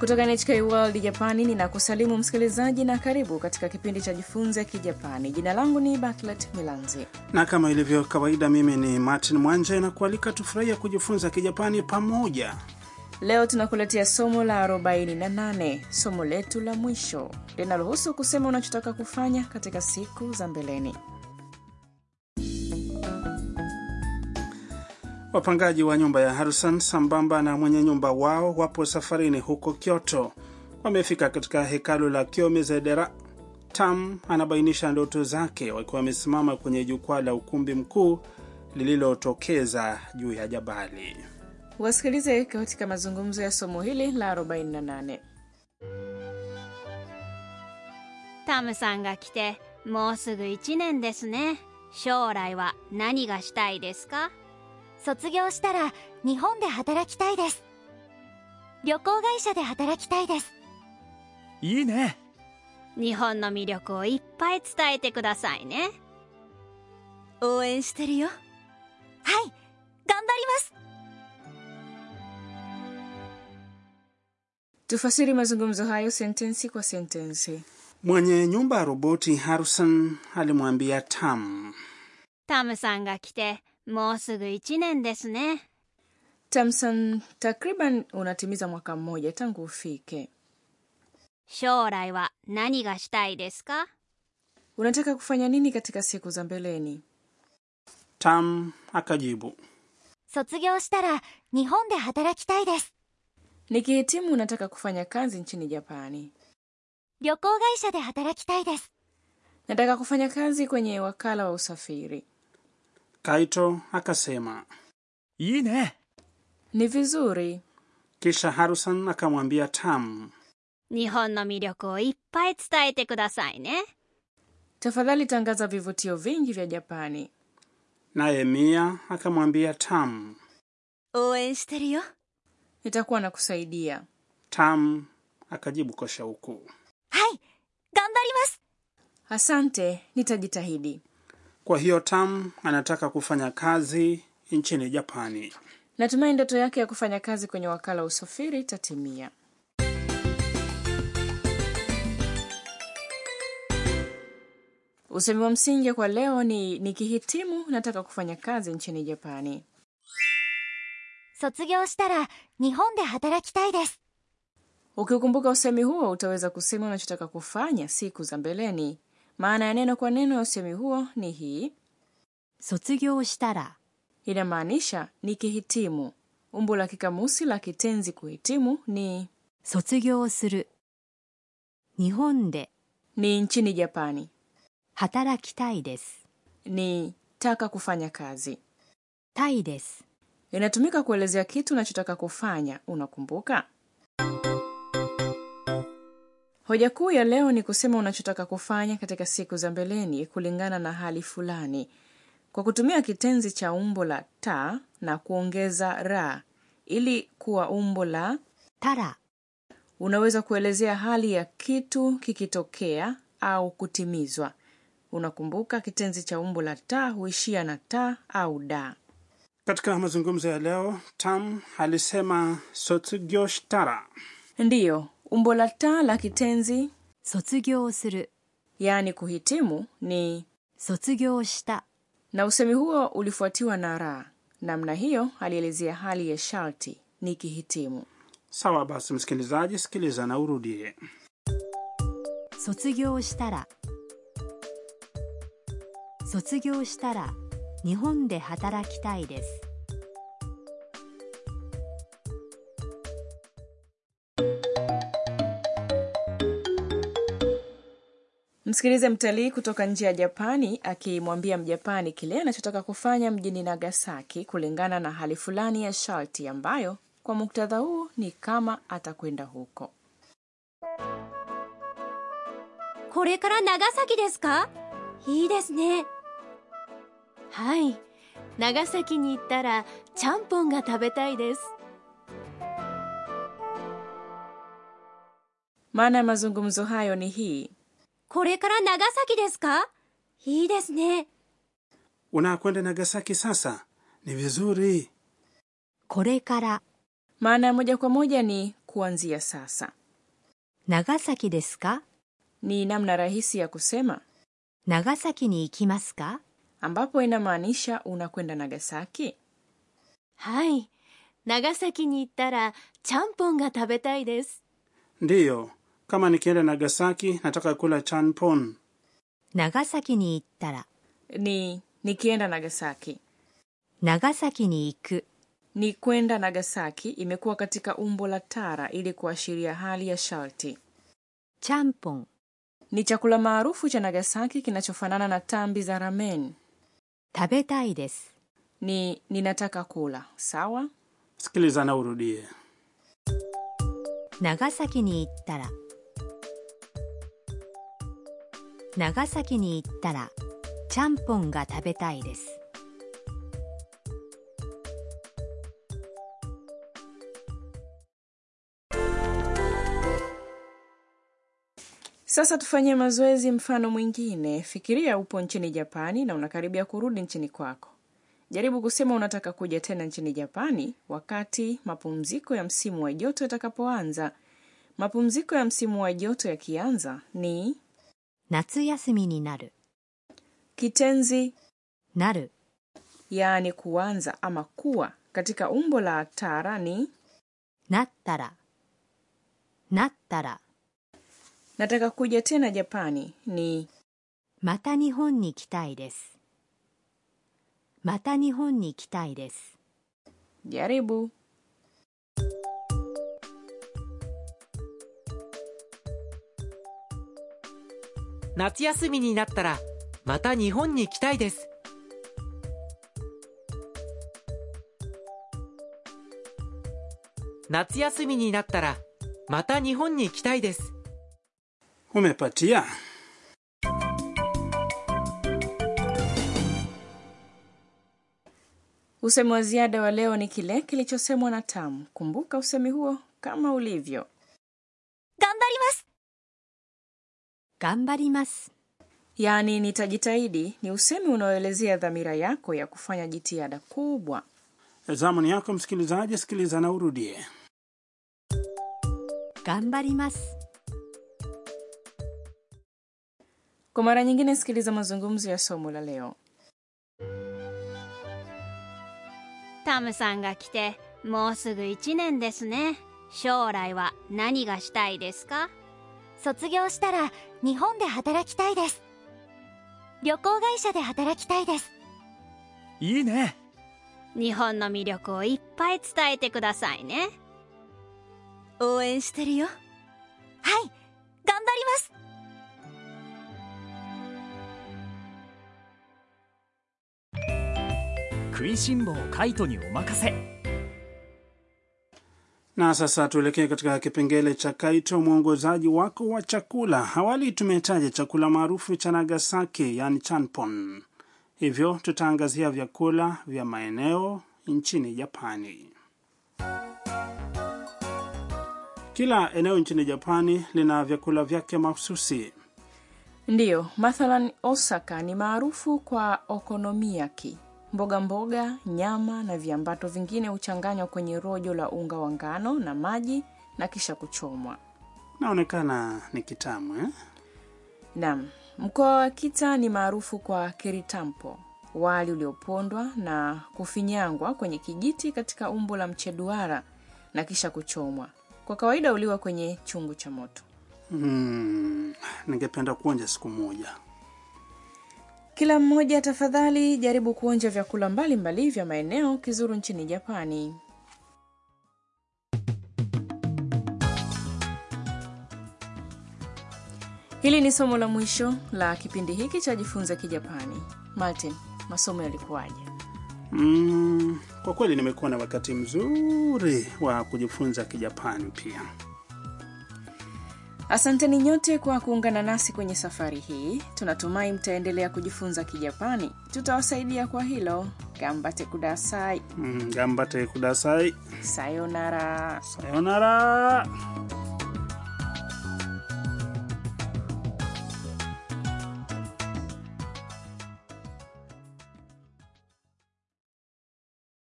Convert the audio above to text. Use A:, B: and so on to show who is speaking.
A: kutoka NHK World Japani ninakusalimu msikilizaji na karibu katika kipindi cha Jifunze Kijapani. Jina langu ni Baklet Milanzi
B: na kama ilivyo kawaida, mimi ni Martin Mwanje na kualika tufurahia kujifunza Kijapani pamoja.
A: Leo tunakuletea somo la 48 somo letu la mwisho linalohusu kusema unachotaka kufanya katika siku za mbeleni.
B: Wapangaji wa nyumba ya Harrison sambamba na mwenye nyumba wao wapo safarini huko Kyoto. Wamefika katika hekalu la Kiomizedera. Tam anabainisha ndoto zake wakiwa wamesimama kwenye jukwaa la ukumbi mkuu lililotokeza juu ya jabali.
A: Wasikilize katika mazungumzo ya somo hili la 48.
C: タムさんが来てもうすぐ1年ですね将来は何がしたいですか
D: 卒業したら日本で働きたいです旅行会社で働きたいです
E: いいね
C: 日本の魅力をいっぱい伝えてくださいね
D: 応援してるよはい頑張ります
A: Tufasiri mazungumzo hayo sentensi kwa sentensi.
B: Mwenye nyumba ya roboti Harrison alimwambia Tam,
C: タムさんが来てもうすぐ1年ですね
A: Tamson, takriban unatimiza mwaka mmoja tangu ufike.
C: 将来は何がしたいですか
A: Unataka kufanya nini katika siku za mbeleni?
B: Tam akajibu.
D: 卒業したら日本で働きたいです
A: Nikihitimu unataka kufanya kazi nchini Japani.
D: 旅行会社で働きたいです
A: Nataka kufanya kazi kwenye wakala wa usafiri.
B: Kaito akasema.
E: いいね
A: Ni vizuri.
B: Kisha Harrison akamwambia Tam,
C: 日本の魅力をいっぱい伝えてくださいね
A: Tafadhali tangaza vivutio vingi vya Japani.
B: naye Mia akamwambia Tam.
D: 応援してるよ
A: Nitakuwa na kusaidia.
B: Tam akajibu kwa shauku.
D: はい頑張ります
A: Asante, nitajitahidi.
B: Kwa hiyo Tam anataka kufanya kazi nchini Japani.
A: Natumai ndoto yake ya kufanya kazi kwenye wakala wa usafiri itatimia. Usemi wa msingi kwa leo ni nikihitimu nataka kufanya kazi nchini Japani.
D: 卒業したら日本で働きたいです
A: Ukikumbuka usemi huo utaweza kusema unachotaka kufanya siku za mbeleni. Maana ya neno kwa neno ya usemi huo ni hii,
D: 卒業したら
A: inamaanisha nikihitimu. Umbo la kikamusi la kitenzi kuhitimu ni
D: 卒業する日本で
A: ni nchini Japani,
D: 働きたいです
A: ni taka kufanya kazi.
D: たいです
A: inatumika kuelezea kitu unachotaka kufanya unakumbuka hoja kuu ya leo ni kusema unachotaka kufanya katika siku za mbeleni kulingana na hali fulani kwa kutumia kitenzi cha umbo la ta na kuongeza ra ili kuwa umbo la
D: たら
A: unaweza kuelezea hali ya kitu kikitokea au kutimizwa unakumbuka kitenzi cha umbo la ta huishia na ta au da
B: Katika mazungumzo ya leo, Tam alisema sotsugyoshtara.
A: ndiyo umbo la ta la kitenzi
D: 卒業する
A: yaani kuhitimu ni
D: 卒業した
A: na usemi huo ulifuatiwa na ra namna hiyo alielezea hali ya sharti ni kihitimu
B: Sawa basi, msikilizaji, sikiliza na urudie.
D: 卒業したら卒業したら日本で働きたいです
A: msikilize mtalii kutoka nje ya japani akimwambia mjapani kile anachotaka kufanya mjini nagasaki kulingana na hali fulani ya sharti ambayo kwa muktadha huu ni kama atakwenda huko
C: これから長崎ですかいいですね
F: はい長崎に行ったらちゃんぽんが食べたいです
A: maana ya mazungumzo hayo ni hii
C: これから長崎ですかいいですね
B: Unakwenda Nagasaki sasa? Ni vizuri.
D: これから
A: maana ya moja kwa moja ni kuanzia sasa.
G: 長崎ですか
A: Ni namna rahisi ya kusema
G: 長崎に行きますか
A: ambapo inamaanisha unakwenda Nagasaki.
F: はい長崎に行ったらちゃんぽんが食べたいです
B: Ndiyo, kama nikienda Nagasaki nataka kula chanpon.
G: 長崎に行ったら
A: Ni nikienda Nagasaki.
G: 長崎に行く
A: Ni kwenda Nagasaki imekuwa katika umbo la tara ili kuashiria hali ya sharti.
G: ちゃんぽん
A: Ni chakula maarufu cha Nagasaki kinachofanana na tambi za ramen.
G: 食べたいです
A: Ni ninataka kula, sawa?
B: Sikiliza na urudie.
G: 長崎に行ったら長崎に行ったらちゃんぽんが食べたいです
A: Sasa tufanye mazoezi. Mfano mwingine, fikiria upo nchini Japani na unakaribia kurudi nchini kwako. Jaribu kusema unataka kuja tena nchini Japani wakati mapumziko ya msimu wa joto yatakapoanza. Mapumziko ya msimu wa joto yakianza ni
G: 夏休みになる
A: kitenzi
G: なる
A: yaani kuanza ama kuwa katika umbo la tara ni
G: なったらなったら
A: nataka kuja tena Japani ni
G: また日本に来たいですまた日本に来たいです
A: jaribu.
B: Umepatia?
A: Usemi wa ziada wa leo ni kile kilichosemwa na Tamu. Kumbuka usemi huo kama ulivyo.
D: 頑張ります
G: 頑張ります。
A: yaani nitajitahidi ni usemi unaoelezea dhamira yako ya kufanya jitihada kubwa
B: Zamu ni yako msikilizaji, sikiliza na urudie.
G: 頑張ります。
A: kwa mara nyingine sikiliza mazungumzo ya somo la leo
C: タムさんが来てもうすぐ1年ですね将来は何がしたいですか
D: 卒業したら日本で働きたいです旅行会社で働きたいです
E: いいね
C: 日本の魅力をいっぱい伝えてくださいね
F: 応援してるよ
D: はい頑張ります
E: 食いしん坊カイトにお任せ
B: Na sasa tuelekee katika kipengele cha Kaito, mwongozaji wako wa chakula. Awali tumetaja chakula maarufu cha Nagasaki, yani chanpon, hivyo tutaangazia vyakula vya maeneo nchini Japani. Kila eneo nchini Japani lina vyakula vyake mahususi.
A: ndiyo mathalan osaka ni maarufu kwa okonomiyaki mboga mboga nyama na viambato vingine huchanganywa kwenye rojo la unga wa ngano na maji na kisha kuchomwa
B: Naonekana ni kitamu eh?
A: nam mkoa wa kita ni maarufu kwa kiritampo wali uliopondwa na kufinyangwa kwenye kijiti katika umbo la mche duara na kisha kuchomwa kwa kawaida uliwa kwenye chungu cha moto
B: Mm, ningependa kuonja siku moja.
A: kila mmoja tafadhali jaribu kuonja vyakula mbalimbali vya maeneo kizuru nchini japani hili ni somo la mwisho la kipindi hiki cha jifunze kijapani martin masomo yalikuwaje
B: Mm, kwa kweli nimekuwa na wakati mzuri wa kujifunza Kijapani pia.
A: Asanteni nyote kwa kuungana nasi kwenye safari hii. Tunatumai mtaendelea kujifunza Kijapani, tutawasaidia kwa hilo. Gambate kudasai,
B: Mm, gambate kudasai.
A: sayonara.
B: Sayonara.